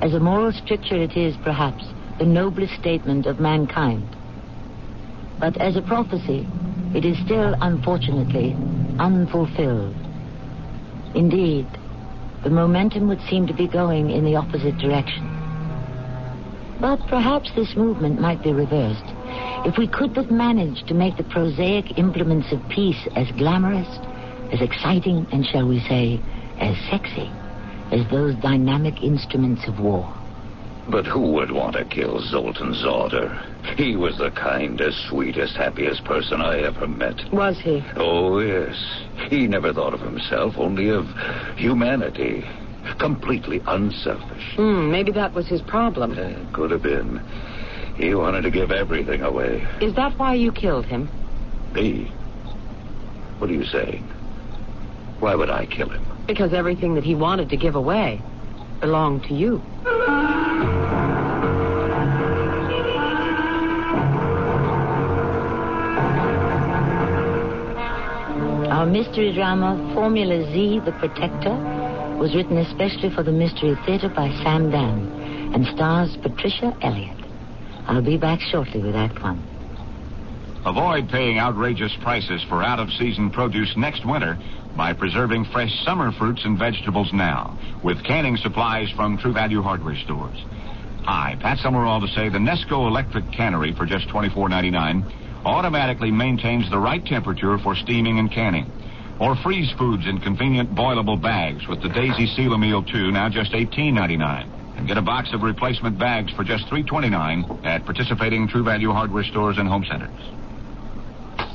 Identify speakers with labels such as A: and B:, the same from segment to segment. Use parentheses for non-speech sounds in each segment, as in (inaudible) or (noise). A: As a moral stricture, it is, perhaps, the noblest statement of mankind. But as a prophecy, it is still, unfortunately, unfulfilled. Indeed, the momentum would seem to be going in the opposite direction. But perhaps this movement might be reversed if we could but manage to make the prosaic implements of peace as glamorous, as exciting, and shall we say, as sexy as those dynamic instruments of war.
B: But who would want to kill Zoltan Zorder? He was the kindest, sweetest, happiest person I ever met.
A: Was he?
B: Oh, yes. He never thought of himself, only of humanity. Completely unselfish.
C: Hmm, maybe that was his problem.
B: Uh, could have been. He wanted to give everything away.
C: Is that why you killed him?
B: Me? What are you saying? Why would I kill him?
C: Because everything that he wanted to give away belonged to you.
A: Our mystery drama, Formula Z, The Protector, was written especially for the Mystery Theater by Sam Dan and stars Patricia Elliott. I'll be back shortly with Act One.
D: Avoid paying outrageous prices for out of season produce next winter by preserving fresh summer fruits and vegetables now with canning supplies from True Value Hardware stores. Hi, Pat Summerall to say the Nesco electric cannery for just $24.99 automatically maintains the right temperature for steaming and canning. Or freeze foods in convenient boilable bags with the Daisy Seal Meal 2 now just $18.99. And get a box of replacement bags for just $3.29 at participating True Value Hardware stores and home centers.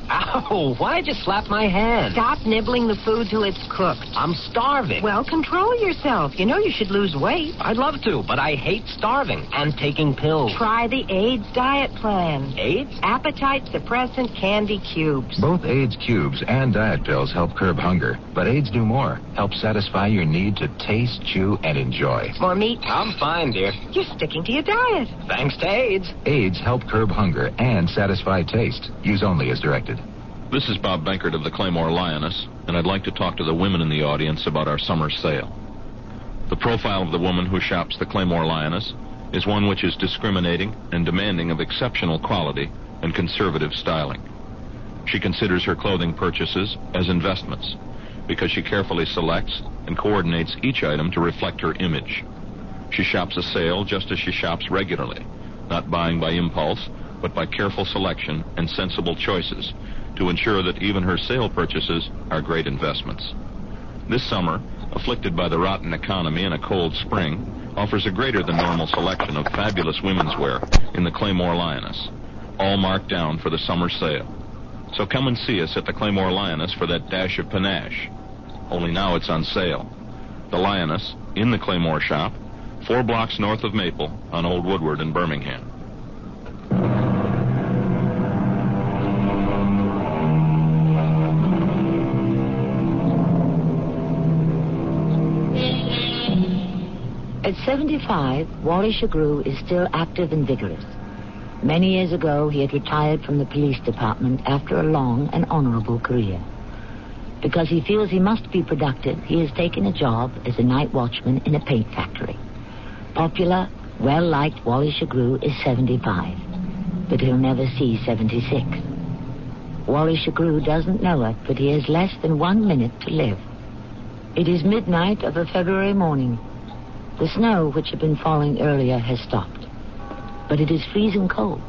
E: Ow, why'd you slap my hand?
C: Stop nibbling the food till it's cooked.
E: I'm starving.
C: Well, control yourself. You know you should lose weight.
E: I'd love to, but I hate starving and taking pills.
C: Try the AIDS diet plan.
E: AIDS?
C: Appetite suppressant candy cubes.
F: Both AIDS cubes and diet pills help curb hunger, but AIDS do more. Help satisfy your need to taste, chew, and enjoy.
C: More meat?
E: I'm fine, dear.
C: You're sticking to
G: (laughs)
C: your diet.
E: Thanks to AIDS.
F: AIDS help curb hunger and satisfy taste. Use only as directed.
H: This is Bob Bankert of the Claymore Lioness, and I'd like to talk to the women in the audience about our summer sale. The profile of the woman who shops the Claymore Lioness is one which is discriminating and demanding of exceptional quality and conservative styling. She considers her clothing purchases as investments because she carefully selects and coordinates each item to reflect her image. She shops a sale just as she shops regularly, not buying by impulse, but by careful selection and sensible choices to ensure that even her sale purchases are great investments. This summer, afflicted by the rotten economy and a cold spring, offers a greater than normal selection of fabulous women's wear in the Claymore Lioness, all marked down for the summer sale. So come and see us at the Claymore Lioness for that dash of panache. Only now it's on sale. The Lioness, in the Claymore shop, four blocks north of Maple on Old Woodward in Birmingham.
A: At 75, Wally Shagrew is still active and vigorous. Many years ago, he had retired from the police department after a long and honorable career. Because he feels he must be productive, he has taken a job as a night watchman in a paint factory. Popular, well-liked Wally Shagrew is 75, but he'll never see 76. Wally Shagrew doesn't know it, but he has less than one minute to live. It is midnight of a February morning, the snow, which had been falling earlier, has stopped. But it is freezing cold.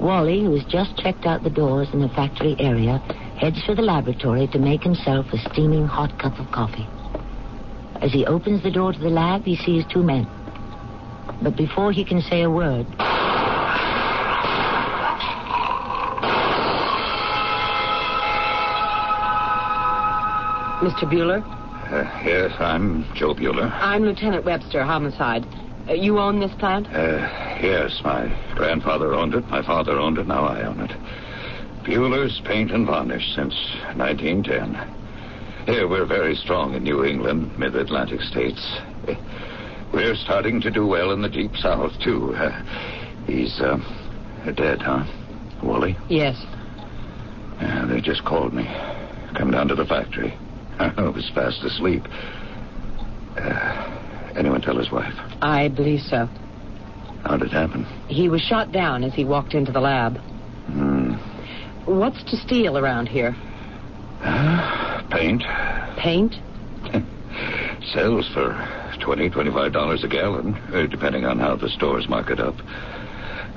A: Wally, who has just checked out the doors in the factory area, heads for the laboratory to make himself a steaming hot cup of coffee. As he opens the door to the lab, he sees two men. But before he can say a word,
C: Mr. Bueller?
B: Uh, yes, I'm Joe Bueller.
C: I'm Lieutenant Webster, homicide. Uh, you own this plant?
B: Uh, yes, my grandfather owned it, my father owned it, now I own it. Bueller's Paint and Varnish since 1910. Here, we're very strong in New England, mid Atlantic states. We're starting to do well in the deep south, too. Uh, he's uh, dead, huh? Wally?
C: Yes.
B: they just called me. (laughs) Come down to the factory. I was fast asleep. Uh, Anyone tell his wife?
C: I believe so.
B: How'd it happen?
C: He was shot down as he walked into the lab.
B: Hmm.
C: What's to steal around here?
B: (sighs) Paint.
C: Paint?
B: Sells for $20, $25 a gallon, uh, depending on how the stores mark it up.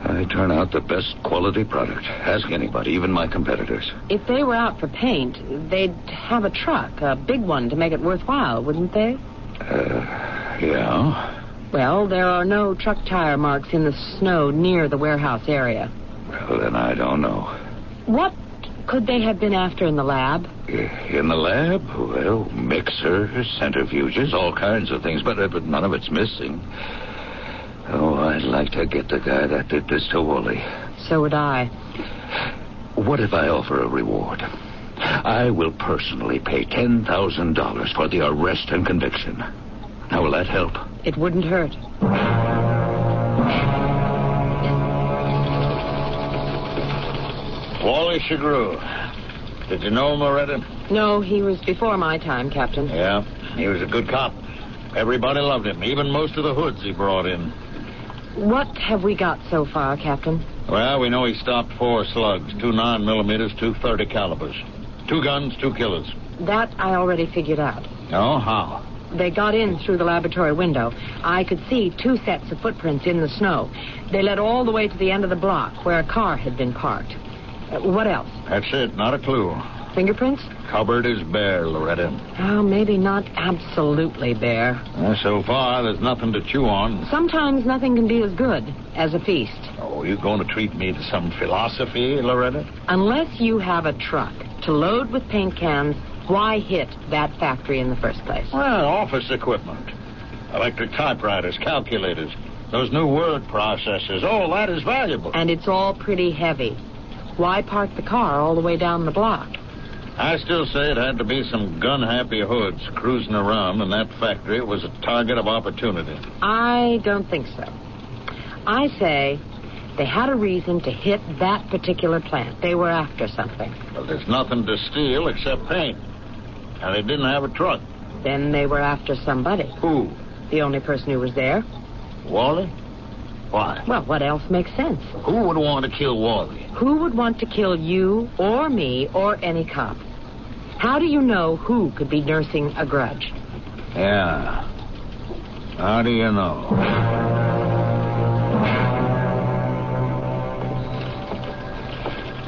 B: I turn out the best quality product. Ask anybody, even my competitors.
C: If they were out for paint, they'd have a truck, a big one, to make it worthwhile, wouldn't they?
B: Yeah?
C: Well, there are no truck tire marks in the snow near the warehouse area.
B: Well, then I don't know.
C: What could they have been after in the lab?
B: In the lab, well, mixers, centrifuges, all kinds of things, but, uh, but none of it's missing. Oh, I'd like to get the guy that did this to Wally.
C: So would I.
B: What if I offer a reward? I will personally pay $10,000 for the arrest and conviction. Now, will that help?
C: It wouldn't hurt.
I: Wally Chagru. Did you know Moretta?
C: No, he was before my time, Captain.
I: Yeah. He was a good cop. Everybody loved him, even most of the hoods he brought in.
C: What have we got so far, Captain?
I: Well, we know he stopped four slugs, two nine millimeters, two thirty calibers. Two guns, two killers.
C: That I already figured out.
I: Oh, how?
C: They got in through the laboratory window. I could see two sets of footprints in the snow. They led all the way to the end of the block where a car had been parked. Uh, what else?
I: That's it, not a clue.
C: Fingerprints?
I: Cupboard is bare, Loretta.
C: Oh, maybe not absolutely bare.
I: Well, so far, there's nothing to chew on.
C: Sometimes nothing can be as good as a feast,
I: Oh, you going to treat me to some philosophy, Loretta?
C: unless you have a truck to load with paint cans. Why hit that factory in the first place?
I: Well, office equipment. Electric typewriters, calculators, those new word processors. Oh, All that is valuable.
C: And it's all pretty heavy. Why park the car all the way down the block?
I: I still say it had to be some gun happy hoods cruising around in that factory. It was a target of opportunity.
C: I don't think so. I say they had a reason to hit that particular plant. They were after something.
I: But there's nothing to steal except paint. And they didn't have a truck.
C: Then they were after somebody.
I: Who?
C: The only person who was there.
I: Wally? Why?
C: Well, what else makes sense?
I: Who would want to kill Wally?
C: Who would want to kill you or me or any cop? How do you know who could be nursing a grudge?
I: Yeah. How do you know?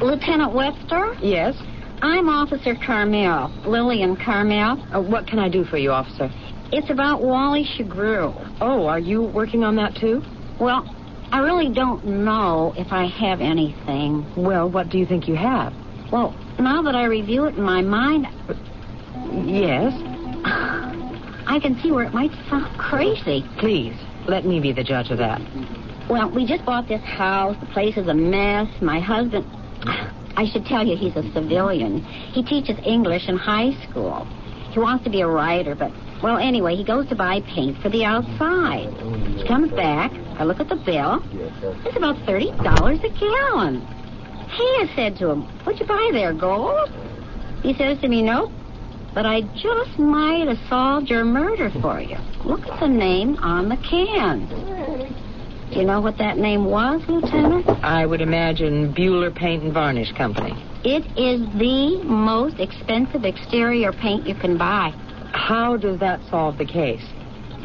J: Lieutenant Webster?
C: Yes?
J: I'm Officer Carmel, Lillian Carmel.
C: Uh, what can I do for you, officer?
J: It's about Wally Chagru.
C: Oh, are you working on that too?
J: Well, I really don't know if I have anything.
C: Well, what do you think you have?
J: Well, now that I review it in my mind,
C: Yes?
J: (sighs) I can see where it might sound crazy.
C: Please, let me be the judge of that.
J: Well, we just bought this house. The place is a mess. My husband. I should tell you, he's a civilian. He teaches English in high school. He wants to be a writer, but, well, anyway, he goes to buy paint for the outside. He comes back. I look at the bill. It's about $30 a gallon. Hey, I said to him, What'd you buy there, gold? He says to me, Nope. But I just might have solved your murder for you. Look at the name on the can. Do you know what that name was, Lieutenant?
C: I would imagine Bueller Paint and Varnish Company.
J: It is the most expensive exterior paint you can buy.
C: How does that solve the case?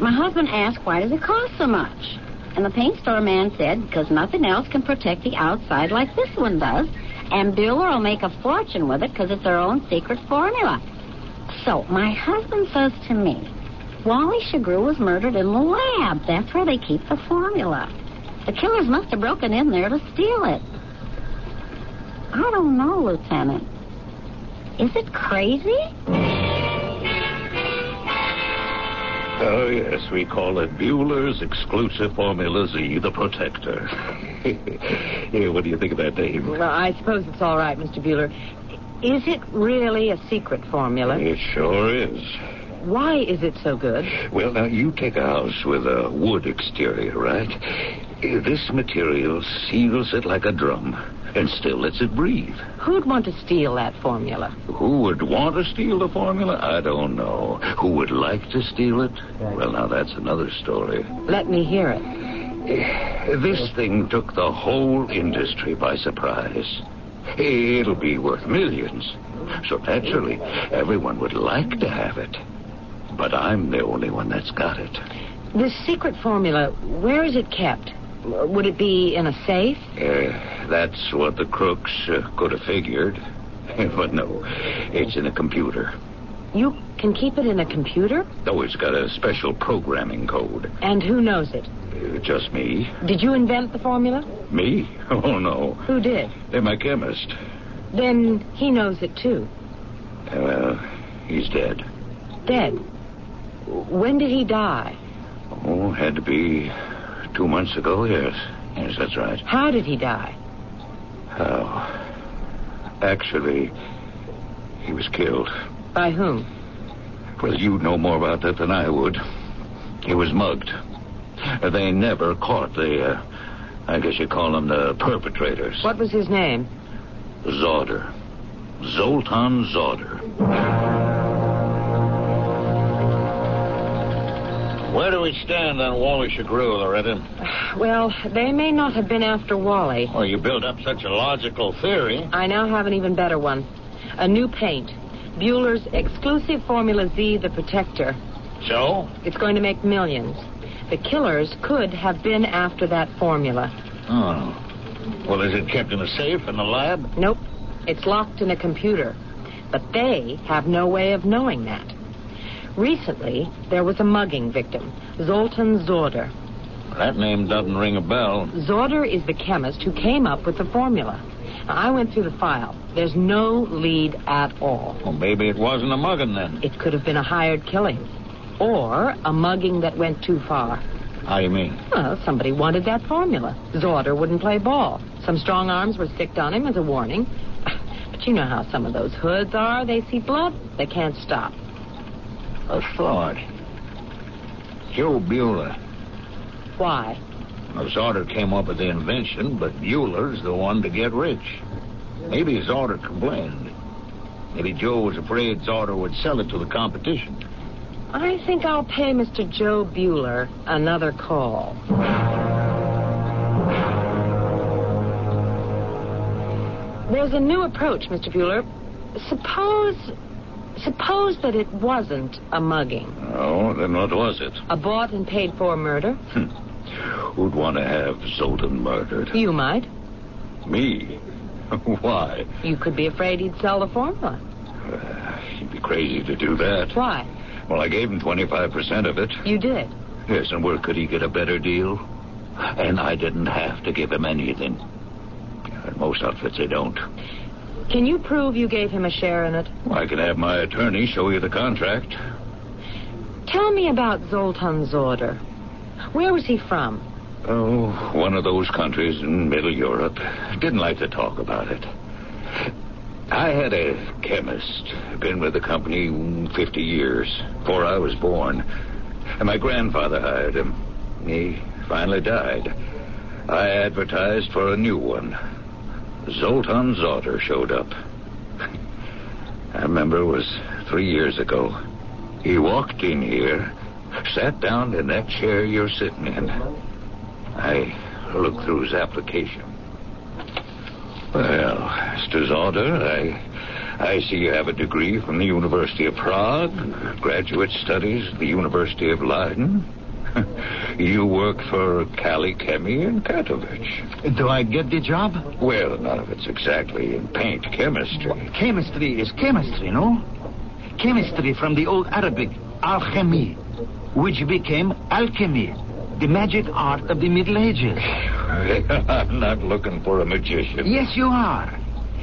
J: My husband asked, why does it cost so much? And the paint store man said, because nothing else can protect the outside like this one does. And Bueller will make a fortune with it because it's their own secret formula. So my husband says to me, Wally Chagru was murdered in the lab. That's where they keep the formula. The killers must have broken in there to steal it. I don't know, Lieutenant. Is it crazy?
B: Oh, yes, we call it Bueller's Exclusive Formula Z,
I: (laughs)
B: the Protector. Hey, what do you think of that name?
C: Well, I suppose it's all right, Mr. Bueller. Is it really a secret formula?
B: It sure is.
C: Why is it so good?
B: Well, now, you take a house with a wood exterior, right? This material seals it like a drum. and still lets it breathe.
C: Who'd want to steal that formula?
B: Who would want to steal the formula? I don't know. Who would like to steal it? Well, now that's another story.
C: Let me hear it.
B: This thing took the whole industry by surprise. It'll be worth millions. So naturally, everyone would like to have it. But I'm the only one that's got it.
C: This secret formula, where is it kept? Would it be in a safe?
B: Uh, that's what the crooks uh, could have figured. (laughs) but no, it's in a computer.
C: You can keep it in a computer?
B: Oh, it's got a special programming code.
C: And who knows it?
B: Uh, just me.
C: Did you invent the formula?
B: Me? (laughs) Oh, no.
C: Who did?
B: They're my chemist.
C: Then he knows it too.
B: Well, he's dead.
C: Dead. When did he die?
B: Oh, had to be two months ago, yes. Yes, that's right.
C: How did he die?
B: Oh. Actually, he was killed.
C: By whom?
B: Well, you know more about that than I would. He was mugged. Uh, They never caught the, uh, I guess you call them the perpetrators.
C: What was his name?
B: Zauder. Zoltan Zauder.
I: Where do we stand on Wally Shagru, Loretta?
C: Well, they may not have been after Wally.
B: Oh,
I: Well, you build up such a logical theory.
C: I now have an even better one. A new paint. Bueller's exclusive Formula Z, the Protector.
I: So?
C: It's going to make millions. The killers could have been after that formula.
I: Oh. Well, is it kept in a safe in the lab?
C: Nope. It's locked in a computer. But they have no way of knowing that. Recently, there was a mugging victim, Zoltan Zorder.
I: That name doesn't ring a bell.
C: Zorder is the chemist who came up with the formula. Now, I went through the file. There's no lead at all.
I: Well, maybe it wasn't a mugging then.
C: It could have been a hired killing or a mugging that went too far.
I: How you mean?
C: Well, somebody wanted that formula. Zorder wouldn't play ball. Some strong arms were sticked on him as a warning. (laughs) But you know how some of those hoods are. They see blood, they can't stop.
I: A thought. Joe Bueller.
C: Why?
I: Now, Sauter came up with the invention, but Bueller's the one to get rich. Maybe Sauter complained. Maybe Joe was afraid Sauter would sell it to the competition.
C: I think I'll pay Mr. Joe Bueller another call. There's a new approach, Mr. Bueller. Suppose. Suppose that it wasn't a mugging,
B: Oh, then what was it?
C: a bought and paid for murder.
B: Who'd want to have Zoltan murdered?
C: You might.
B: Me? (laughs) Why?
C: You could be afraid he'd sell the formula.
B: Uh, he'd be crazy to do that.
C: Why?
B: Well, I gave him 25% of it.
C: You did.
B: Yes, and where could he get a better deal? And I didn't have to give him anything. And most outfits, they don't.
C: Can you prove you gave him a share in it?
B: I can have my attorney show you the contract.
C: Tell me about Zoltan Zorder. Where was he from?
B: Oh, one of those countries in Middle Europe. Didn't like to talk about it. I had a chemist, been with the company mm, 50 years, before I was born. And my grandfather hired him. He finally died. I advertised for a new one. Zoltan Zotter showed up. (laughs) I remember it was three years ago. He walked in here, sat down in that chair you're sitting in. I looked through his application. Well, Mr. Zauder, I, I see you have a degree from the University of Prague, graduate studies at the University of Leiden. (laughs) you work for Kali Chemi in Katowice.
K: Do I get the job?
B: Well, none of it's exactly in paint chemistry.
K: Chemistry is chemistry, no? Chemistry from the old Arabic, alchemy, which became alchemy, the magic art of the Middle Ages.
B: I'm not looking for a magician.
K: Yes, you are.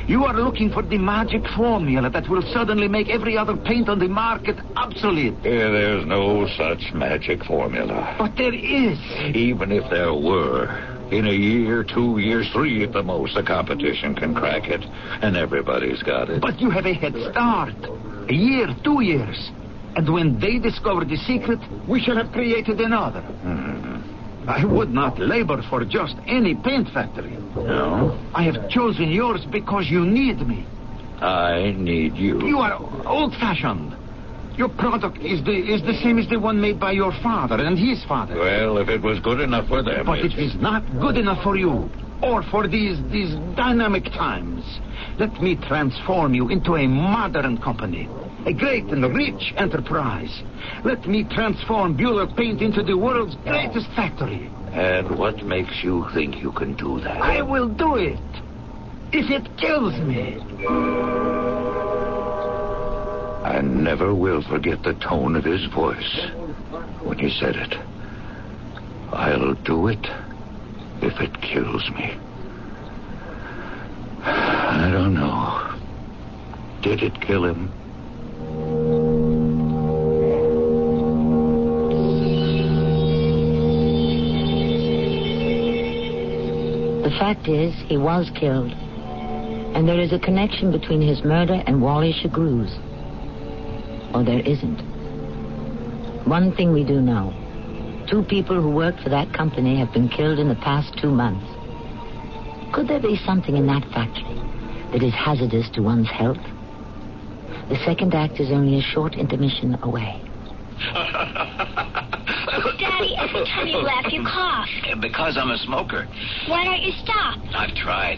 K: You are looking for the magic formula that will suddenly make every other paint on the market obsolete.
B: Yeah, Eh, there's no such magic formula.
K: But there is.
B: Even if there were, in a year, two years, three at the most, the competition can crack it, and everybody's got it.
K: But you have a head start. A year, two years. And when they discover the secret, we shall have created another. I would not labor for just any paint factory.
I: No?
K: I have chosen yours because you need me.
I: I need you.
K: You are old-fashioned. Your product is the is the same as the one made by your father and his father.
B: Well, if it was good enough for them.
K: But it is not good enough for you or for these these dynamic times. Let me transform you into a modern company, a great and rich enterprise. Let me transform Bueller Paint into the world's greatest factory.
B: And what makes you think you can do that?
K: I will do it if it kills me.
B: I never will forget the tone of his voice when he said it. I'll do it if it kills me. I don't know. Did it kill him?
A: The fact is, he was killed. And there is a connection between his murder and Wally Chagrew's. Or there isn't. One thing we do know two people who worked for that company have been killed in the past two months. Could there be something in that factory that is hazardous to one's health? The second act is only a short intermission away.
L: Daddy, every time you laugh, you cough.
G: Because I'm a smoker.
L: Why don't you stop?
G: I've tried.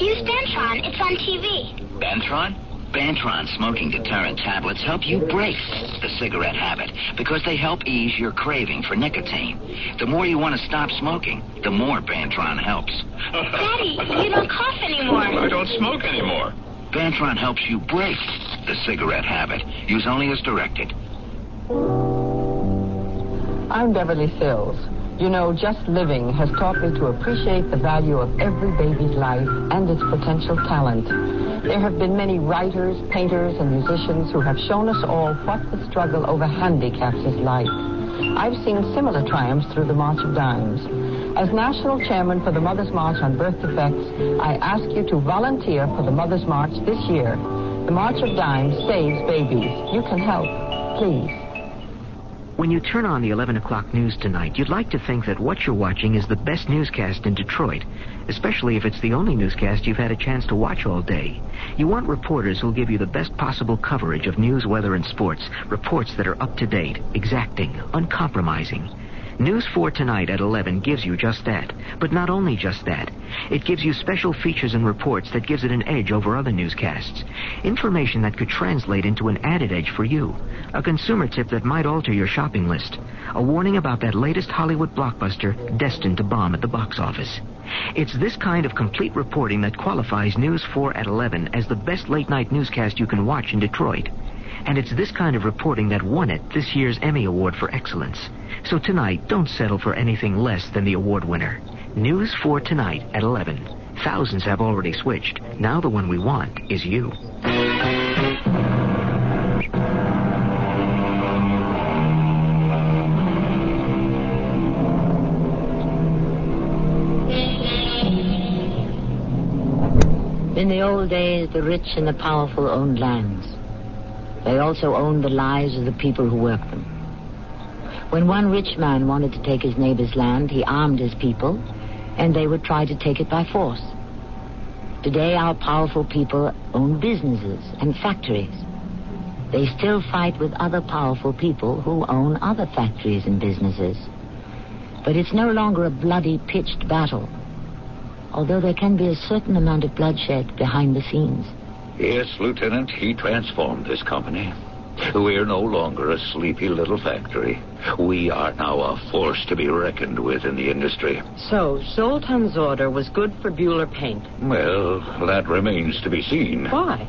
L: Use Bentron. It's on TV.
G: Bantron? Bantron smoking deterrent tablets help you break the cigarette habit because they help ease your craving for nicotine. The more you want to stop smoking, the more Bantron helps.
L: Daddy, you don't cough anymore.
G: I don't smoke anymore. Bantron helps you break the cigarette habit. Use only as directed.
M: I'm Beverly Sills. You know, just living has taught me to appreciate the value of every baby's life and its potential talent. There have been many writers, painters, and musicians who have shown us all what the struggle over handicaps is like. I've seen similar triumphs through the March of Dimes. As national chairman for the Mother's March on Birth Defects, I ask you to volunteer for the Mother's March this year. The March of Dimes saves babies. You can help. Please.
N: When you turn on the 11 o'clock news tonight, you'd like to think that what you're watching is the best newscast in Detroit, especially if it's the only newscast you've had a chance to watch all day. You want reporters who'll give you the best possible coverage of news, weather, and sports, reports that are up to date, exacting, uncompromising. News 4 Tonight at 11 gives you just that, but not only just that. It gives you special features and reports that gives it an edge over other newscasts. Information that could translate into an added edge for you. A consumer tip that might alter your shopping list. A warning about that latest Hollywood blockbuster destined to bomb at the box office. It's this kind of complete reporting that qualifies News 4 at 11 as the best late night newscast you can watch in Detroit. And it's this kind of reporting that won it this year's Emmy Award for Excellence. So tonight, don't settle for anything less than the award winner. News for tonight at 11. Thousands have already switched. Now the one we want is you.
A: In the old days, the rich and the powerful owned lands. They also owned the lives of the people who worked them. When one rich man wanted to take his neighbor's land, he armed his people, and they would try to take it by force. Today, our powerful people own businesses and factories. They still fight with other powerful people who own other factories and businesses. But it's no longer a bloody, pitched battle, although there can be a certain amount of bloodshed behind the scenes.
B: Yes, Lieutenant, he transformed this company. We're no longer a sleepy little factory. We are now a force to be reckoned with in the industry.
C: So, Zoltan's order was good for Bueller Paint.
B: Well, that remains to be seen.
C: Why?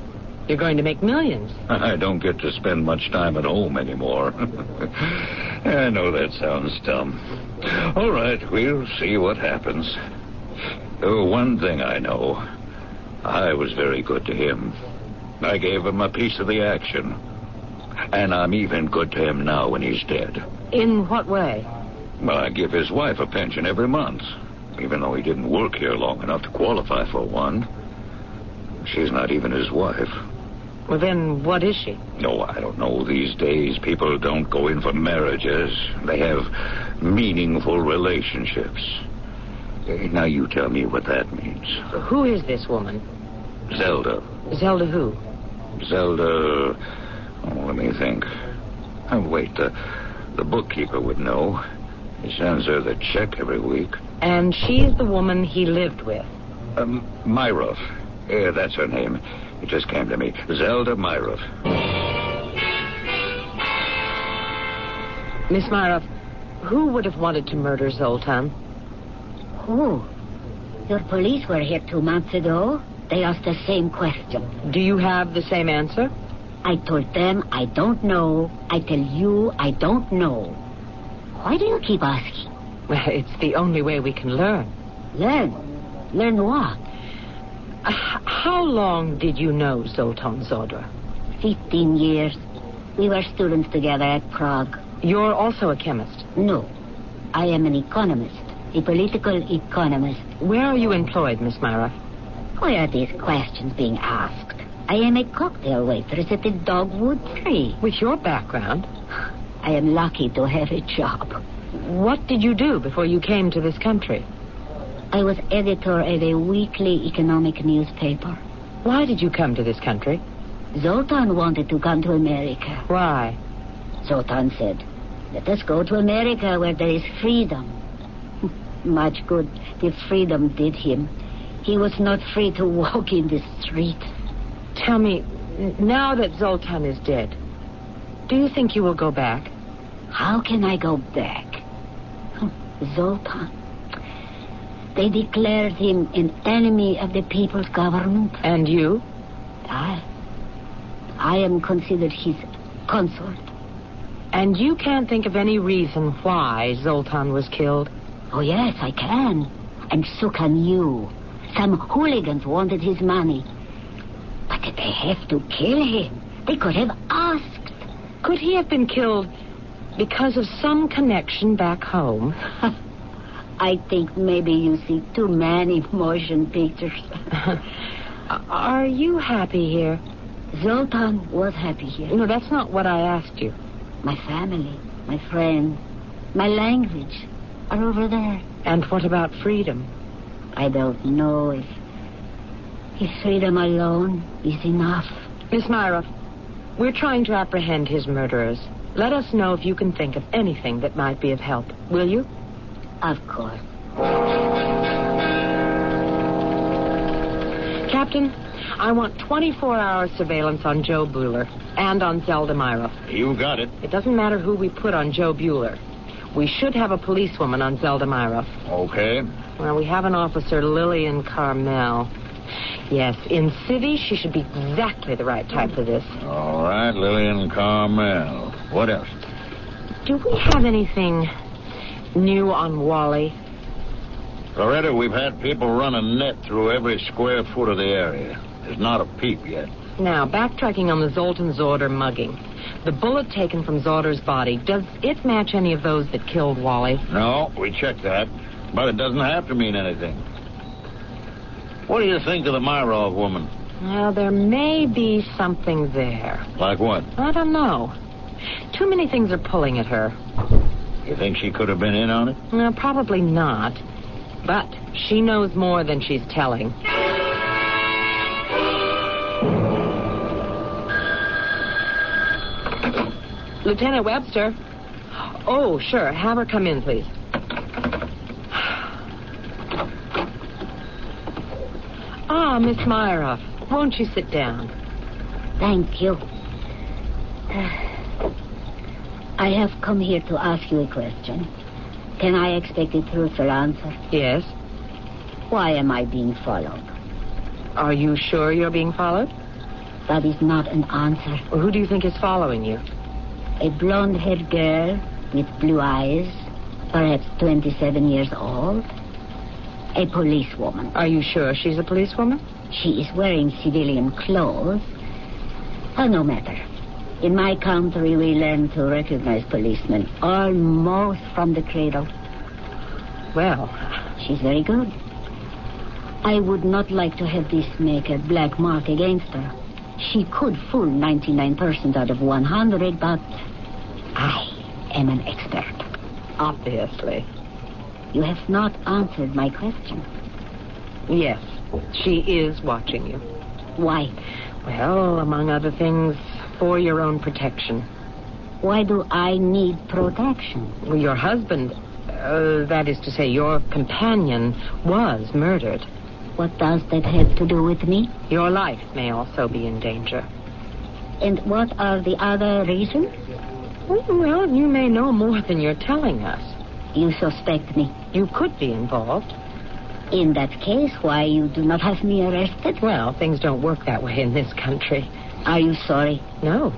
C: You're going to make millions.
B: I don't get to spend much time at home anymore. (laughs) I know that sounds dumb. All right, we'll see what happens. Oh, one thing I know I was very good to him. I gave him a piece of the action. And I'm even good to him now when he's dead.
C: In what way?
B: Well, I give his wife a pension every month, even though he didn't work here long enough to qualify for one. She's not even his wife.
C: Well, then what is she?
B: No, I don't know. These days, people don't go in for marriages. They have meaningful relationships. Uh, Now you tell me what that means.
C: Who is this woman?
B: Zelda.
C: Zelda who?
B: Zelda. Oh, let me think. Oh, wait. The, the bookkeeper would know. He sends her the check every week.
C: And she's the woman he lived with.
B: Um, Myroff. Yeah, that's her name. It just came to me. Zelda Myroff.
C: Miss Myroff, who would have wanted to murder Zoltan?
J: Who? Your police were here two months ago. They asked the same question.
C: Do you have the same answer?
J: I told them I don't know. I tell you I don't know. Why do you keep asking?
C: Well, it's the only way we can learn.
J: Learn? Learn what?
C: How long did you know Zoltan Zodra?
J: Fifteen years. We were students together at Prague.
C: You're also a chemist?
J: No. I am an economist, a political economist.
C: Where are you employed, Miss Myra?
J: Why are these questions being asked? I am a cocktail waitress at the Dogwood Tree.
C: With your background?
J: I am lucky to have a job.
C: What did you do before you came to this country?
J: I was editor of a weekly economic newspaper.
C: Why did you come to this country?
J: Zoltan wanted to come to America.
C: Why?
J: Zoltan said, Let us go to America where there is freedom. (laughs) Much good the freedom did him. He was not free to walk in the street.
C: Tell me, n- now that Zoltan is dead, do you think you will go back?
J: How can I go back? (laughs) Zoltan. They declared him an enemy of the people's government.
C: And you?
J: I. I am considered his consort.
C: And you can't think of any reason why Zoltan was killed?
J: Oh, yes, I can. And so can you. Some hooligans wanted his money. But did they have to kill him? They could have asked.
C: Could he have been killed because of some connection back home?
J: I think maybe you see too many motion pictures.
C: (laughs) Are you happy here?
J: Zoltan was happy here.
C: No, that's not what I asked you.
J: My family, my friends, my language are over there.
C: And what about freedom?
J: I don't know if his freedom alone (laughs) is enough.
C: Miss Myra, we're trying to apprehend his murderers. Let us know if you can think of anything that might be of help, will you?
J: Of course.
C: Captain, I want 24 hour surveillance on Joe Bueller and on Zelda Myra.
I: You got it.
C: It doesn't matter who we put on Joe Bueller. We should have a policewoman on Zelda Myra.
I: Okay.
C: Well, we have an officer, Lillian Carmel. Yes, in city, she should be exactly the right type for this.
I: All right, Lillian Carmel. What else?
C: Do we have anything new on Wally?
I: Loretta, we've had people run a net through every square foot of the area. There's not a peep yet.
C: Now, backtracking on the Zoltan Zorder mugging. The bullet taken from Zorder's body, does it match any of those that killed Wally?
I: No, we checked that. But it doesn't have to mean anything. What do you think of the Myrov woman?
C: Well, there may be something there.
I: Like what?
C: I don't know. Too many things are pulling at her.
I: You think she could have been in on it?
C: No, probably not. But she knows more than she's telling. Lieutenant Webster. Oh, sure. Have her come in, please. Ah, Miss Myroff, won't you sit down?
J: Thank you. (sighs) I have come here to ask you a question. Can I expect a truthful answer?
C: Yes.
J: Why am I being followed?
C: Are you sure you're being followed?
J: That is not an answer.
C: Who do you think is following you?
J: A blonde haired girl with blue eyes, perhaps 27 years old. A policewoman.
C: Are you sure she's a policewoman?
J: She is wearing civilian clothes. Oh, no matter. In my country, we learn to recognize policemen almost from the cradle.
C: Well,
J: She's very good. I would not like to have this make a black mark against her. She could fool 99% out of 100, but I am an expert.
C: Obviously.
J: You have not answered my question.
C: Yes, she is watching you.
J: Why?
C: Well, among other things, for your own protection.
J: Why do I need protection?
C: Well, your husband, uh, that is to say, your companion, was murdered.
J: What does that have to do with me?
C: Your life may also be in danger.
J: And what are the other reasons?
C: Well, you may know more than you're telling us.
J: You suspect me.
C: You could be involved.
J: In that case, why you do not have me arrested?
C: Well, things don't work that way in this country.
J: Are you sorry?
C: No,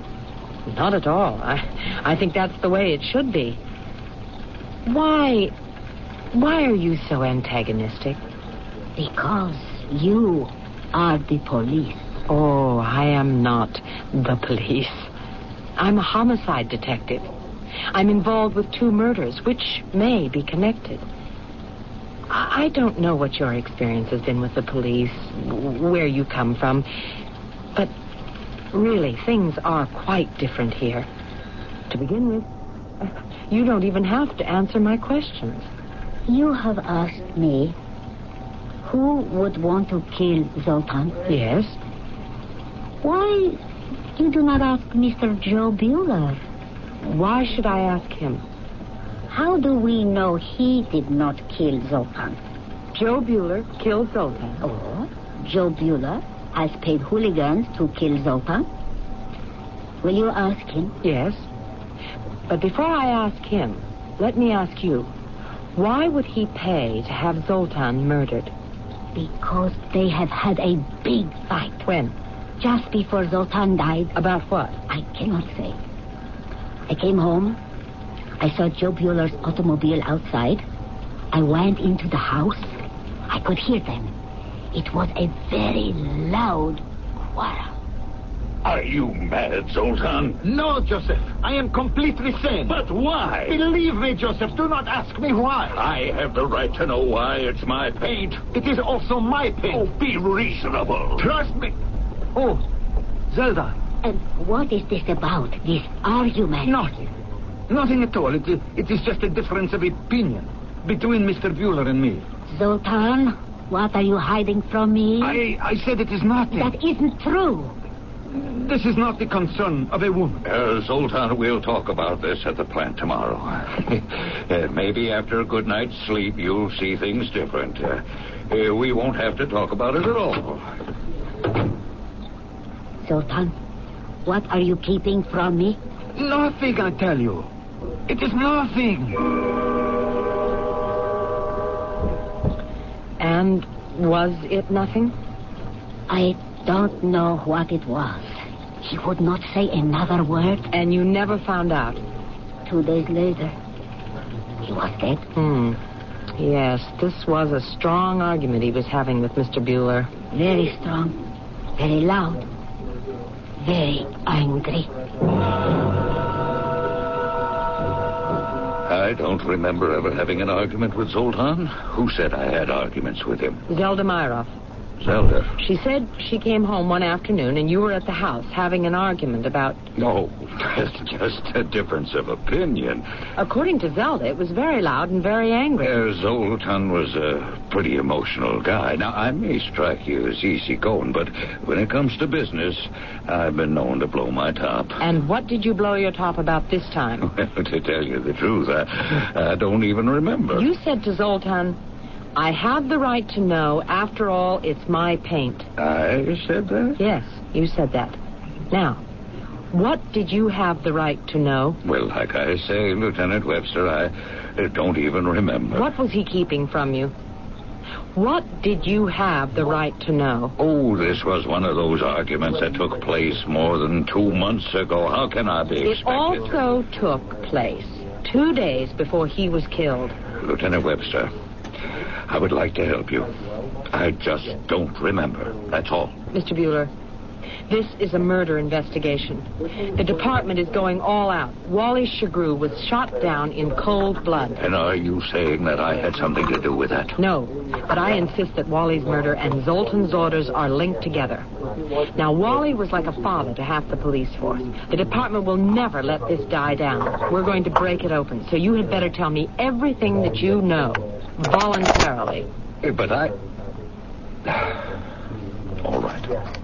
C: not at all. I, I think that's the way it should be. Why, why are you so antagonistic?
J: Because you are the police.
C: Oh, I am not the police. I'm a homicide detective. I'm involved with two murders, which may be connected. I don't know what your experience has been with the police, where you come from, but really, things are quite different here. To begin with, (laughs) you don't even have to answer my questions.
J: You have asked me who would want to kill Zoltan?
C: Yes.
J: Why you do not ask Mr. Joe Bueller?
C: Why should I ask him?
J: How do we know he did not kill Zoltan?
C: Joe Bueller killed Zoltan.
J: Or Joe Bueller has paid hooligans to kill Zoltan? Will you ask him?
C: Yes. But before I ask him, let me ask you why would he pay to have Zoltan murdered?
J: Because they have had a big fight.
C: When?
J: Just before Zoltan died.
C: About what?
J: I cannot say. I came home. I saw Joe Bueller's automobile outside. I went into the house. I could hear them. It was a very loud quarrel.
I: Are you mad, Zoltan?
K: No, Joseph. I am completely sane.
I: But why?
K: Believe me, Joseph. Do not ask me why.
I: I have the right to know why. It's my paint.
K: It is also my paint.
I: Oh, be reasonable.
K: Trust me. Oh, Zelda.
J: And what is this about, this argument?
K: Nothing. Nothing at all. It, it is just a difference of opinion between Mr. Bueller and me.
J: Zoltan, what are you hiding from me?
K: I, I said it is nothing.
J: That isn't true.
K: This is not the concern of a woman.
B: Uh, Zoltan, we'll talk about this at the plant tomorrow. uh, maybe after a good night's sleep, you'll see things different. Uh, we won't have to talk about it at all.
J: Zoltan, what are you keeping from me?
K: Nothing, I tell you. It is nothing.
C: And was it nothing?
J: I don't know what it was. He would not say another word.
C: And you never found out?
J: Two days later, he was dead.
C: Hmm. Yes, this was a strong argument he was having with Mr. Bueller.
J: Very strong, very loud, very angry.
B: I don't remember ever having an argument with Zoltan. Who said I had arguments with him?
C: Zelda Myrov.
B: Zelda.
C: She said she came home one afternoon and you were at the house having an argument about.
B: No, (laughs) that's just a difference of opinion.
C: According to Zelda, it was very loud and very angry.
B: Uh, Zoltan was a pretty emotional guy. Now, I may strike you as easygoing, but when it comes to business, I've been known to blow my top.
C: And what did you blow your top about this time?
B: Well, (laughs) to tell you the truth, I, I don't even remember.
C: You said to Zoltan, I have the right to know. After all, it's my paint.
B: I said that?
C: Yes, you said that. Now, what did you have the right to know?
B: Well, like I say, Lieutenant Webster, I don't even remember.
C: What was he keeping from you? What did you have the right to know?
B: Oh, this was one of those arguments that took place more than two months ago. How can I be
C: It
B: expected?
C: also took place two days before he was killed.
B: Lieutenant Webster, I would like to help you. I just don't remember. That's all.
C: Mr. Bueller, this is a murder investigation. The department is going all out. Wally Shagru was shot down in cold blood.
B: And are you saying that I had something to do with that?
C: No, but I insist that Wally's murder and Zoltan's orders are linked together. Now, Wally was like a father to half the police force. The department will never let this die down. We're going to break it open, so you had better tell me everything that you know, voluntarily.
B: But I. (sighs) All right.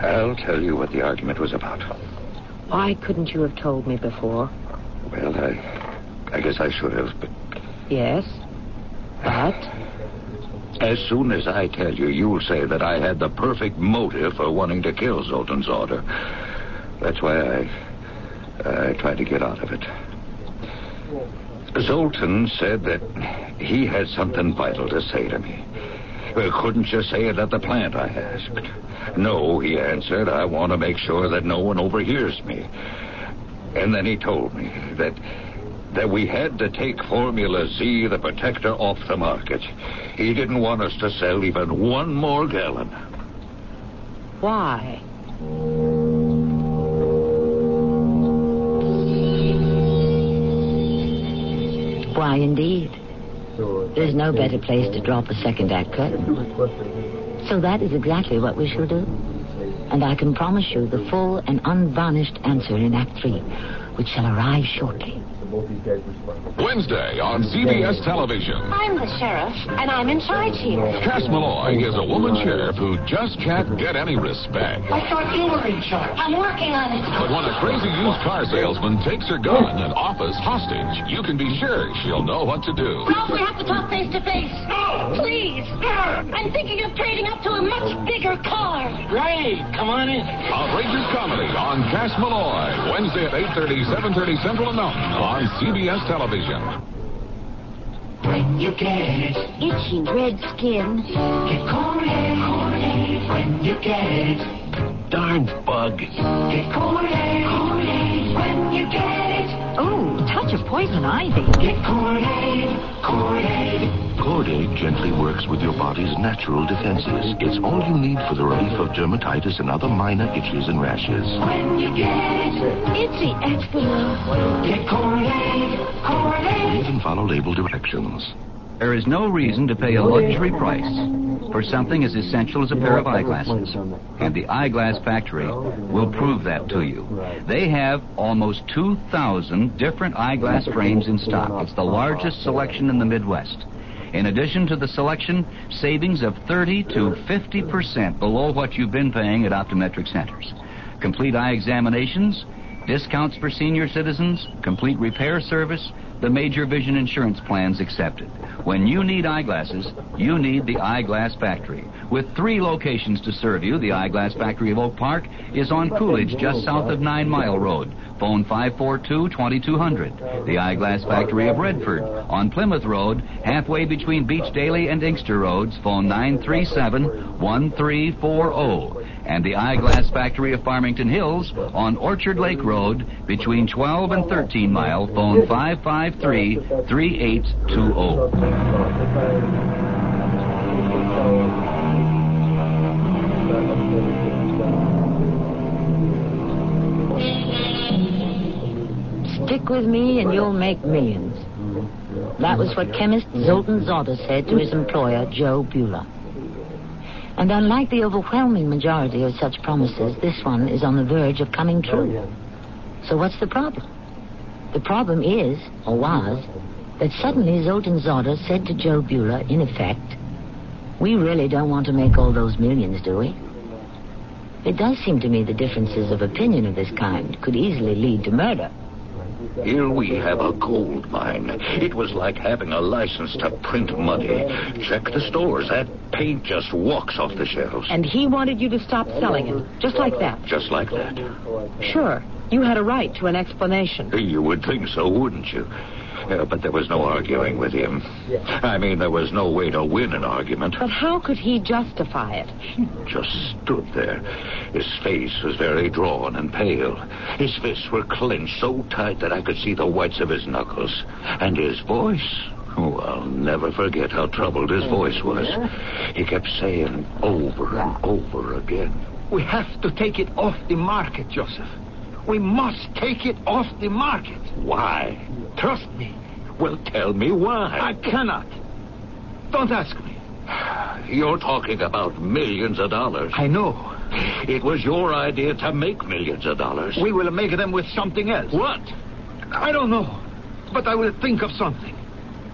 B: I'll tell you what the argument was about.
C: Why couldn't you have told me before?
B: Well, I. I guess I should have, but.
C: Yes? But?
B: As soon as I tell you, you'll say that I had the perfect motive for wanting to kill Zoltan's order. That's why I. I tried to get out of it. Zoltan said that he had something vital to say to me. Uh, couldn't you say it at the plant, I asked. No, he answered. I want to make sure that no one overhears me. And then he told me that that we had to take Formula Z, the protector, off the market. He didn't want us to sell even one more gallon.
C: Why?
A: Why, indeed. There's no better place to drop a second act curtain. So that is exactly what we shall do. And I can promise you the full and unvarnished answer in Act Three, which shall arrive shortly.
O: Wednesday on CBS television.
P: I'm the sheriff, and I'm in charge here.
O: Cass Malloy is a woman sheriff who just can't get any respect.
P: I thought you were in charge. I'm working on it.
O: But when a crazy used car salesman takes her gun and office hostage, you can be sure she'll know what to do.
P: Ralph, we have to talk face to face. No! Please. I'm thinking of trading up to a much bigger car.
E: Great. Come on in.
O: Outrageous comedy on Cass Malloy, Wednesday at 8.30, 7.30 Central and Mountain on CBS television.
P: When you get it, itchy red skin. Get corny, corny when you get it.
E: Darn bug.
P: Get corny, corny when you get it.
K: Oh,
Q: Ooh, touch of poison ivy.
P: Get corny, corny.
R: Cordaid gently works with your body's natural defenses. It's all you need for the relief of dermatitis and other minor itches and rashes.
P: When you get it, itchy eczema. Get corny, corny.
R: Read and follow label directions.
S: There is no reason to pay a luxury price for something as essential as a pair of eyeglasses. And the Eyeglass Factory will prove that to you. They have almost 2,000 different eyeglass frames in stock. It's the largest selection in the Midwest. In addition to the selection, savings of 30 to 50% below what you've been paying at optometric centers. Complete eye examinations, discounts for senior citizens, complete repair service, the major vision insurance plans accepted. When you need eyeglasses, you need the Eyeglass Factory. With three locations to serve you, the Eyeglass Factory of Oak Park is on Coolidge, just south of Nine Mile Road. Phone 542-2200. The Eyeglass Factory of Redford on Plymouth Road, halfway between Beach Daily and Inkster Roads. Phone 937-1340. oh. And the Eyeglass Factory of Farmington Hills on Orchard Lake Road between 12 and 13 mile. Phone 553 3820.
A: Stick with me and you'll make millions. That was what chemist Zoltan Zoder said to his employer, Joe Bueller. And unlike the overwhelming majority of such promises, this one is on the verge of coming true. So what's the problem? The problem is, or was, that suddenly Zoltan Zoder said to Joe Bueller, in effect, We really don't want to make all those millions, do we? It does seem to me the differences of opinion of this kind could easily lead to murder.
B: Here we have a gold mine. It was like having a license to print money. Check the stores. That paint just walks off the shelves.
C: And he wanted you to stop selling it, just like that.
B: Just like that.
C: Sure, you had a right to an explanation.
B: You would think so, wouldn't you? Yeah, but there was no arguing with him. I mean, there was no way to win an argument.
C: But how could he justify it?
B: Just stood there. His face was very drawn and pale. His fists were clenched so tight that I could see the whites of his knuckles. And his voice. Oh, I'll never forget how troubled his voice was. He kept saying over and over again.
K: We have to take it off the market, Joseph. We must take it off the market.
B: Why?
K: Trust me.
B: Well, tell me why.
K: I cannot. Don't ask me.
B: You're talking about millions of dollars.
K: I know.
B: It was your idea to make millions of dollars.
K: We will make them with something else.
B: What?
K: I don't know. But I will think of something.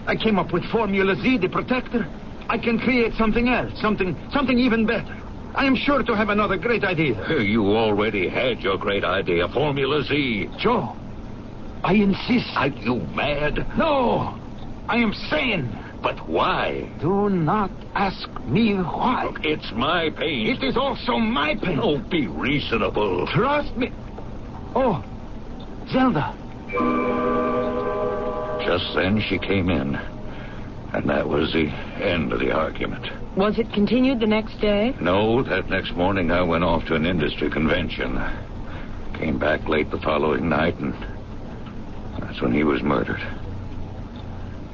K: I came up with Formula Z, the protector. I can create something else, something something even better. I am sure to have another great idea.
B: You already had your great idea, Formula Z.
K: Joe, I insist.
B: Are you mad?
K: No, I am sane.
B: But why?
K: Do not ask me why.
B: Look, it's my pain.
K: It is also my pain.
B: Oh, be reasonable.
K: Trust me. Oh, Zelda.
B: Just then she came in, and that was the end of the argument.
C: Was it continued the next day?
B: No, that next morning I went off to an industry convention. Came back late the following night, and that's when he was murdered.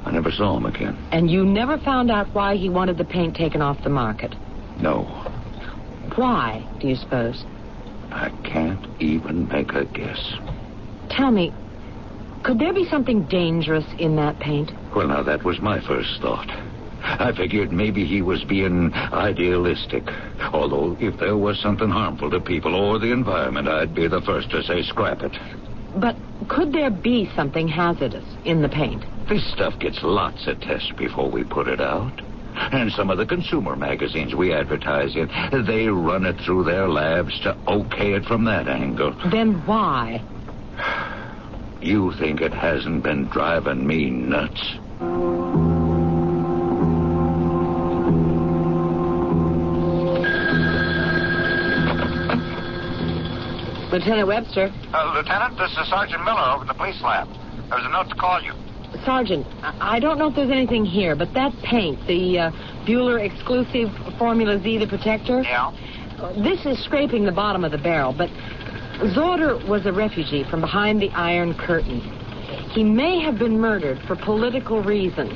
B: I never saw him again.
C: And you never found out why he wanted the paint taken off the market?
B: No.
C: Why, do you suppose?
B: I can't even make a guess.
C: Tell me, could there be something dangerous in that paint?
B: Well, now, that was my first thought. I figured maybe he was being idealistic. Although, if there was something harmful to people or the environment, I'd be the first to say scrap it.
C: But could there be something hazardous in the paint?
B: This stuff gets lots of tests before we put it out. And some of the consumer magazines we advertise in, they run it through their labs to okay it from that angle.
C: Then why?
B: You think it hasn't been driving me nuts?
C: Lieutenant Webster.
T: Uh, Lieutenant, this is Sergeant Miller over at the police lab. There was a note to call you. (laughs)
C: Sergeant, I don't know if there's anything here, but that paint, the uh, Bueller exclusive Formula Z, the protector.
T: Yeah.
C: This is scraping the bottom of the barrel, but Zorder was a refugee from behind the Iron Curtain. He may have been murdered for political reasons.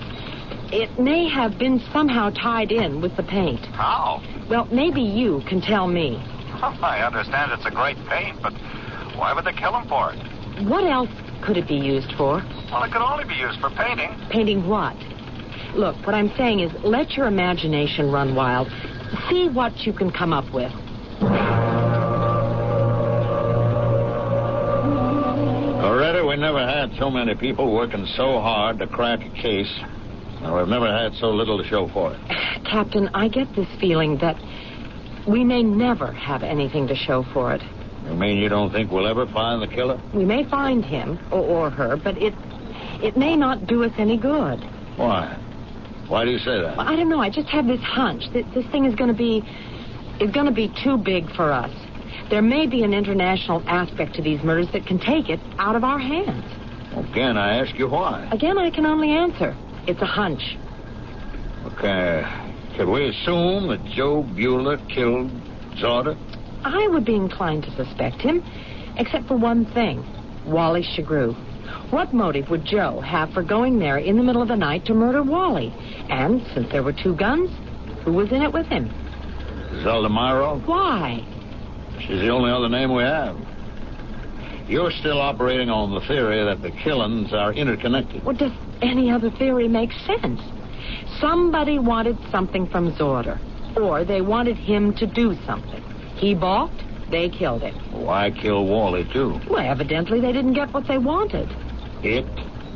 C: It may have been somehow tied in with the paint.
T: How?
C: Well, maybe you can tell me.
T: I understand it's a great paint, but why would they kill him for it?
C: What else could it be used for?
T: Well, it could only be used for painting.
C: Painting what? Look, what I'm saying is let your imagination run wild. See what you can come up with. (sighs)
I: Already, we never had so many people working so hard to crack a case. And we've never had so little to show for it.
C: Captain, I get this feeling that we may never have anything to show for it.
I: You mean you don't think we'll ever find the killer?
C: We may find him or, or, her, but it it may not do us any good.
I: Why? Why do you say that?
C: I don't know. I just have this hunch that this thing is going to be is going to be too big for us. There may be an international aspect to these murders that can take it out of our hands.
I: Again, I ask you why.
C: Again, I can only answer. It's a hunch.
I: Okay. Could we assume that Joe Bueller killed Zorda?
C: I would be inclined to suspect him, except for one thing Wally Shagrew. What motive would Joe have for going there in the middle of the night to murder Wally? And since there were two guns, who was in it with him?
I: Zelda Myro.
C: Why?
I: She's the only other name we have. You're still operating on the theory that the killings are interconnected.
C: Well, does any other theory make sense? Somebody wanted something from Zorder, or they wanted him to do something. He balked, they killed him.
I: Why kill Wally, too?
C: Well, evidently they didn't get what they wanted.
I: It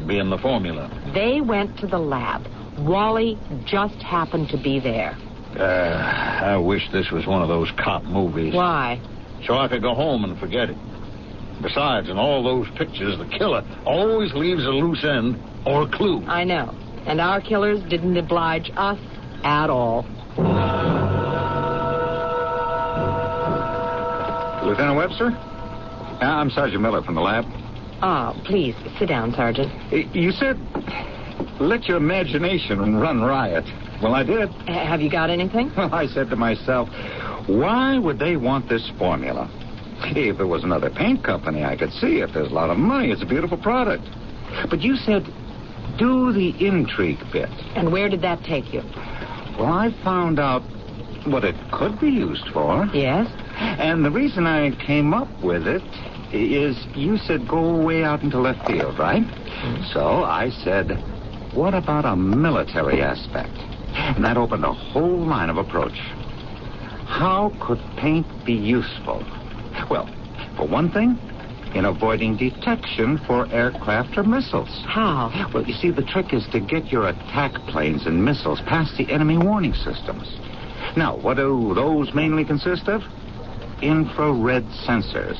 I: being the formula.
C: They went to the lab. Wally just happened to be there.
I: Uh, I wish this was one of those cop movies.
C: Why?
I: So I could go home and forget it. Besides, in all those pictures, the killer always leaves a loose end or a clue.
C: I know. And our killers didn't oblige us at all.
B: Lieutenant Webster? Uh, I'm Sergeant Miller from the lab.
C: Ah, oh, please, sit down, Sergeant.
B: You said let your imagination run riot. Well, I did.
C: Uh, Have you got anything?
B: Well, (laughs) I said to myself, why would they want this formula? If it was another paint company, I could see it. There's a lot of money. It's a beautiful product. But you said do the intrigue bit.
C: And where did that take you?
B: Well, I found out what it could be used for.
C: Yes?
B: And the reason I came up with it is you said go way out into left
C: Hmm.
B: field, right? So I said, what about a military aspect?
K: And that opened a whole line of approach. How could paint be useful? Well, for one thing, in avoiding detection for aircraft or missiles.
P: Oh,
C: How?
K: Well, you see, the trick is to get your attack planes and missiles past the enemy warning systems. Now, what do those mainly consist of? Infrared sensors.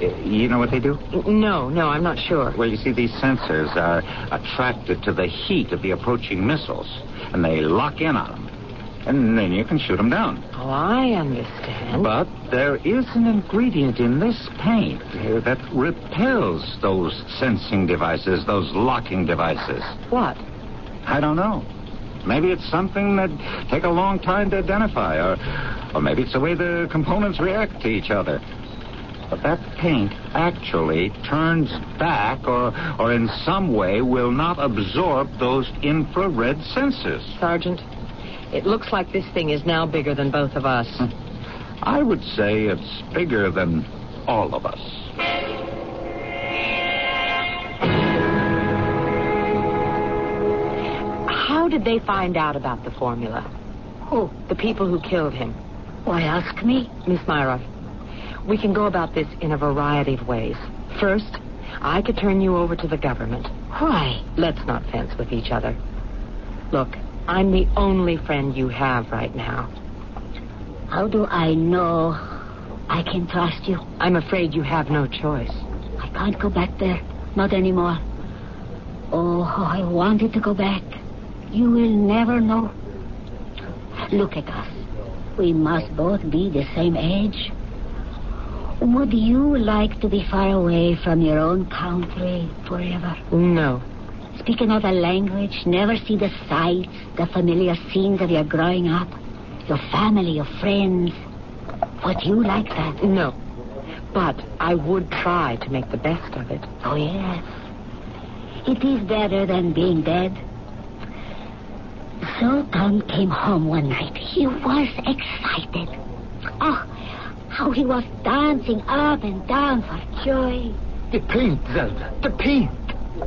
K: Uh, You know what they do?
C: No, no, I'm not sure.
K: Well, you see, these sensors are attracted to the heat of the approaching missiles, and they lock in on them. And then you can shoot them down.
C: Oh, I understand.
K: But there is an ingredient in this paint uh, that repels those sensing devices, those locking devices.
C: What?
K: I don't know. Maybe it's something that take a long time to identify, or, or maybe it's the way the components react to each other. But that paint actually turns back, or, or in some way will not absorb those infrared sensors.
C: Sergeant, it looks like this thing is now bigger than both of us.
K: I would say it's bigger than all of us.
C: How did they find out about the formula? Who? The people who killed him.
J: Why ask me?
C: Miss Myra, we can go about this in a variety of ways. First, I could turn you over to the government.
J: Why?
C: Let's not fence with each other. Look, I'm the only friend you have right now.
J: How do I know I can trust you?
C: I'm afraid you have no choice.
J: I can't go back there. Not anymore. Oh, how I wanted to go back. You will never know. Look at us. We must both be the same age. Would you like to be far away from your own country forever?
C: No.
J: Speak another language, never see the sights, the familiar scenes of your growing up, your family, your friends. Would you like that?
C: No. But I would try to make the best of it.
J: Oh, yes. It is better than being dead. So Tom came home one night. He was excited. Oh, how he was dancing up and down for joy.
K: The paint, Zelda. The paint.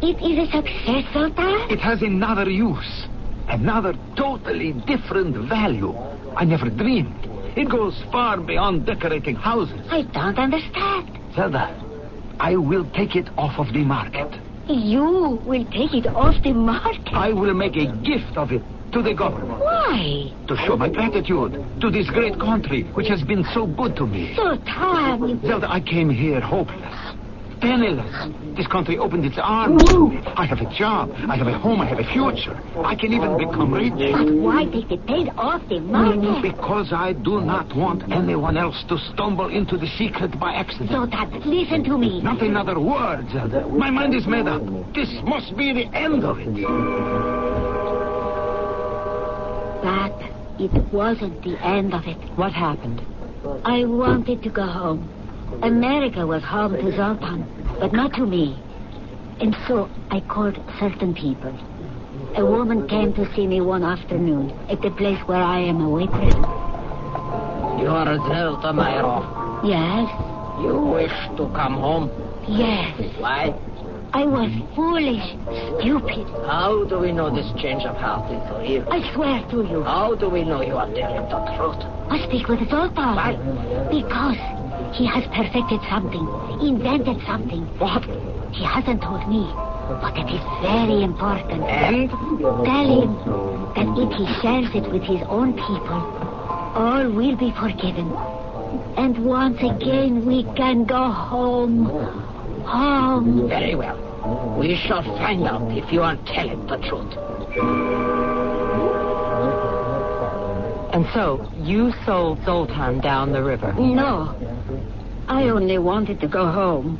J: It is a success, Sultan.
K: It has another use, another totally different value. I never dreamed. It goes far beyond decorating houses.
J: I don't understand.
K: Zelda, I will take it off of the market.
J: You will take it off the market.
K: I will make a gift of it to the government
J: Why?
K: to show my gratitude to this great country which has been so good to me.
J: Sultan, you...
K: Zelda, I came here hopeless, penniless. This country opened its arms. I have a job. I have a home. I have a future. I can even become rich.
J: But why take the paint off the market?
K: Because I do not want anyone else to stumble into the secret by accident.
J: Sultan, listen to me.
K: Not another word, Zelda. My mind is made up. This must be the end of it.
J: But it wasn't the end of it.
C: What happened?
J: I wanted to go home. America was home to Zoltan, but not to me. And so I called certain people. A woman came to see me one afternoon at the place where I am a waitress.
A: You are Zelda Myro.
J: Yes,
A: You wish to come home?
J: yes.
A: Why?
J: I was foolish, stupid.
A: How do we know this change of heart is for evil?
J: I swear to you.
A: How do we know you are telling the truth?
J: I speak with Zoltan.
A: Why?
J: Because he has perfected something, invented something.
A: What?
J: He hasn't told me, but it is very important.
A: And?
J: Tell him that if he shares it with his own people, all will be forgiven. And once again, we can go home. Home.
A: Very well. We shall find out if you are telling the truth.
C: And so, you sold Zoltan down the river.
J: No. I only wanted to go home.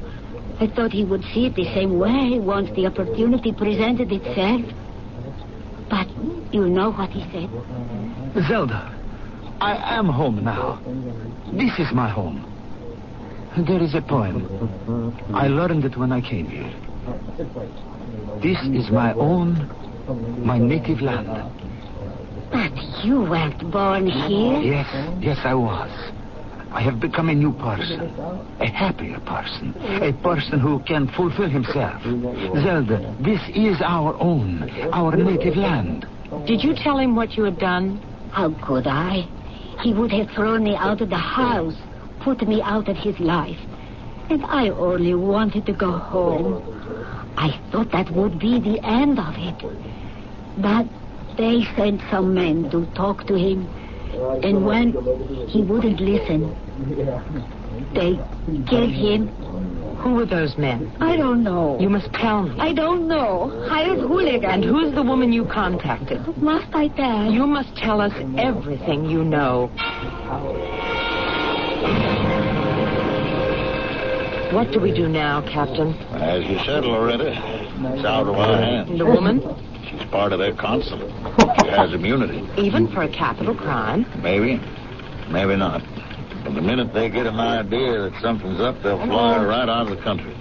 J: I thought he would see it the same way once the opportunity presented itself. But you know what he said.
K: Zelda, I am home now. This is my home. There is a poem. I learned it when I came here. This is my own, my native land.
J: But you weren't born here.
K: Yes, yes, I was. I have become a new person, a happier person, a person who can fulfill himself. Zelda, this is our own, our native land.
C: Did you tell him what you had done?
U: How could I? He would have thrown me out of the house, put me out of his life. And I only wanted to go home. I thought that would be the end of it. But they sent some men to talk to him. And when he wouldn't listen, they killed him.
C: Who were those men?
U: I don't know.
C: You must tell me.
U: I don't know. Hired hooligan.
C: And who's the woman you contacted?
U: Must I tell?
C: You must tell us everything you know. What do we do now, Captain?
B: As you said, Loretta, it's out of our hands.
C: The woman?
B: She's part of their
C: (laughs)
B: consulate. She has immunity.
C: Even for a capital crime?
B: Maybe. Maybe not. But the minute they get an idea that something's up, they'll fly her right out of the country.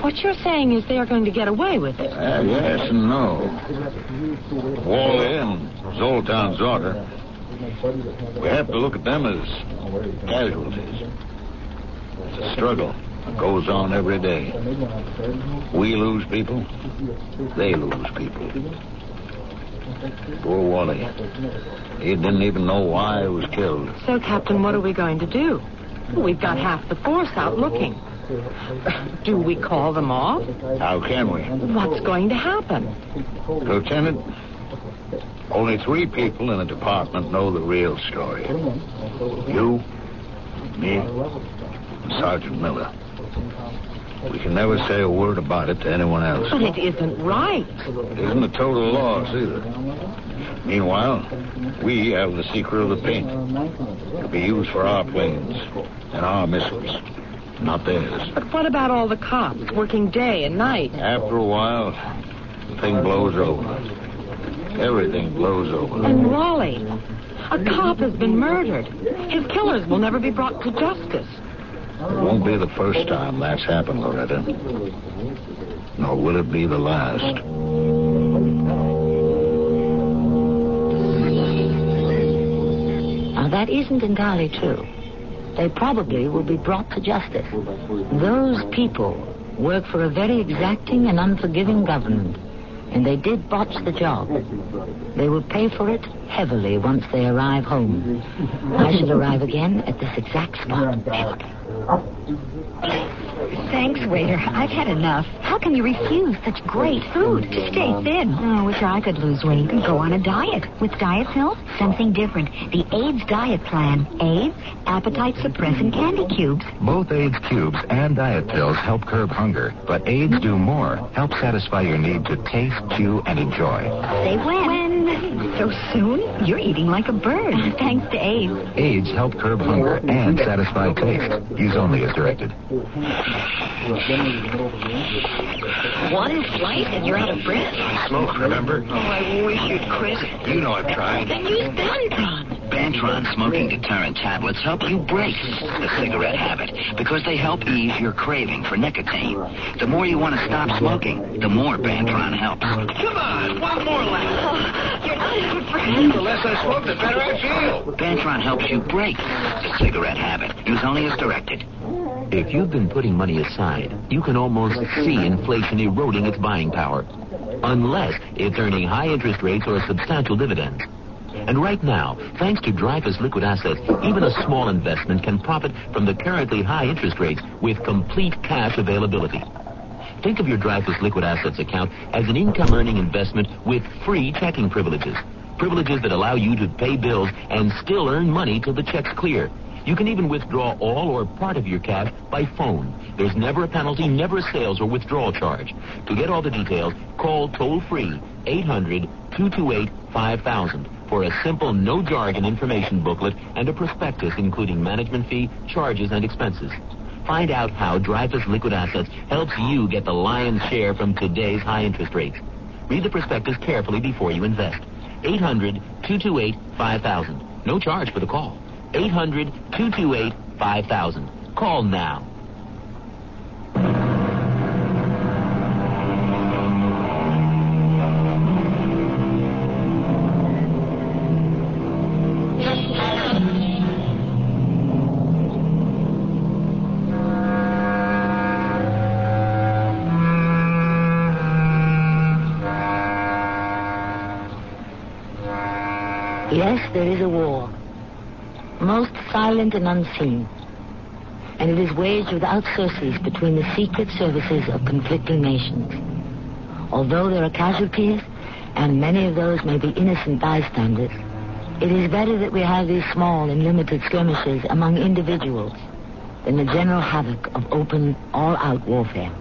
C: What you're saying is they are going to get away with it.
B: Uh, yes and no. Wally and Zoltan's daughter, we have to look at them as casualties. It's a struggle. It goes on every day. We lose people. They lose people. Poor Wally. He didn't even know why he was killed.
C: So, Captain, what are we going to do? We've got half the force out looking. Do we call them off?
B: How can we?
C: What's going to happen?
B: Lieutenant, only three people in the department know the real story. You, me, and Sergeant Miller. We can never say a word about it to anyone else.
C: But it isn't right.
B: It isn't a total loss either. Meanwhile, we have the secret of the paint. It'll be used for our planes and our missiles, not theirs.
C: But what about all the cops working day and night?
B: After a while, the thing blows over. Everything blows over.
C: And Wally, a cop has been murdered. His killers will never be brought to justice.
B: It won't be the first time that's happened, Loretta. Nor will it be the last.
A: Now, that isn't entirely true. They probably will be brought to justice. Those people work for a very exacting and unforgiving government, and they did botch the job. They will pay for it heavily once they arrive home. I should arrive again at this exact spot shortly.
J: Thanks, waiter. I've had enough. How can you refuse such great food to stay thin? Oh, I wish I could lose weight. Go on a diet. With Diet Pill, something different. The AIDS diet plan. AIDS, appetite suppressant candy cubes.
V: Both AIDS cubes and diet pills help curb hunger, but AIDS do more, help satisfy your need to taste, chew, and enjoy.
J: Say when. When? So soon? You're eating like a bird. (laughs) Thanks to AIDS.
V: AIDS help curb hunger and satisfy taste. Use only as directed.
K: One slice and you're out of breath.
G: Smoke, remember?
K: Oh, I wish you'd quit.
G: You know I've tried.
K: Then use Bantron.
G: Bantron smoking deterrent tablets help you break the cigarette habit because they help ease your craving for nicotine. The more you want to stop smoking, the more Bantron helps.
K: Come on, one more lap. you're not out of
G: The
K: breath.
G: less I smoke, the better I feel. Bantron helps you break the cigarette habit. Use only as directed.
M: If you've been putting money aside, you can almost see inflation eroding its buying power. Unless it's earning high interest rates or substantial dividends. And right now, thanks to Dreyfus Liquid Assets, even a small investment can profit from the currently high interest rates with complete cash availability. Think of your Dreyfus Liquid Assets account as an income earning investment with free checking privileges. Privileges that allow you to pay bills and still earn money till the checks clear. You can even withdraw all or part of your cash by phone. There's never a penalty, never a sales or withdrawal charge. To get all the details, call toll free 800 228 5000 for a simple no jargon information booklet and a prospectus including management fee, charges, and expenses. Find out how Dreyfus Liquid Assets helps you get the lion's share from today's high interest rates. Read the prospectus carefully before you invest. 800-228-5000. No charge for the call. 800-228-5000. Call now.
A: Yes, there is a war. Most silent and unseen. And it is waged without surcease between the secret services of conflicting nations. Although there are casualties, and many of those may be innocent bystanders, it is better that we have these small and limited skirmishes among individuals than the general havoc of open, all-out warfare.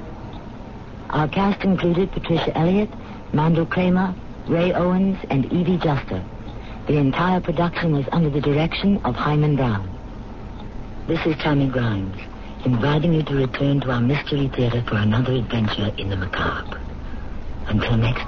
A: Our cast included Patricia Elliott, Mandel Kramer, Ray Owens, and Evie Juster. The entire production was under the direction of Hyman Brown. This is Tommy Grimes, inviting you to return to our Mystery Theater for another adventure in the macabre. Until next time.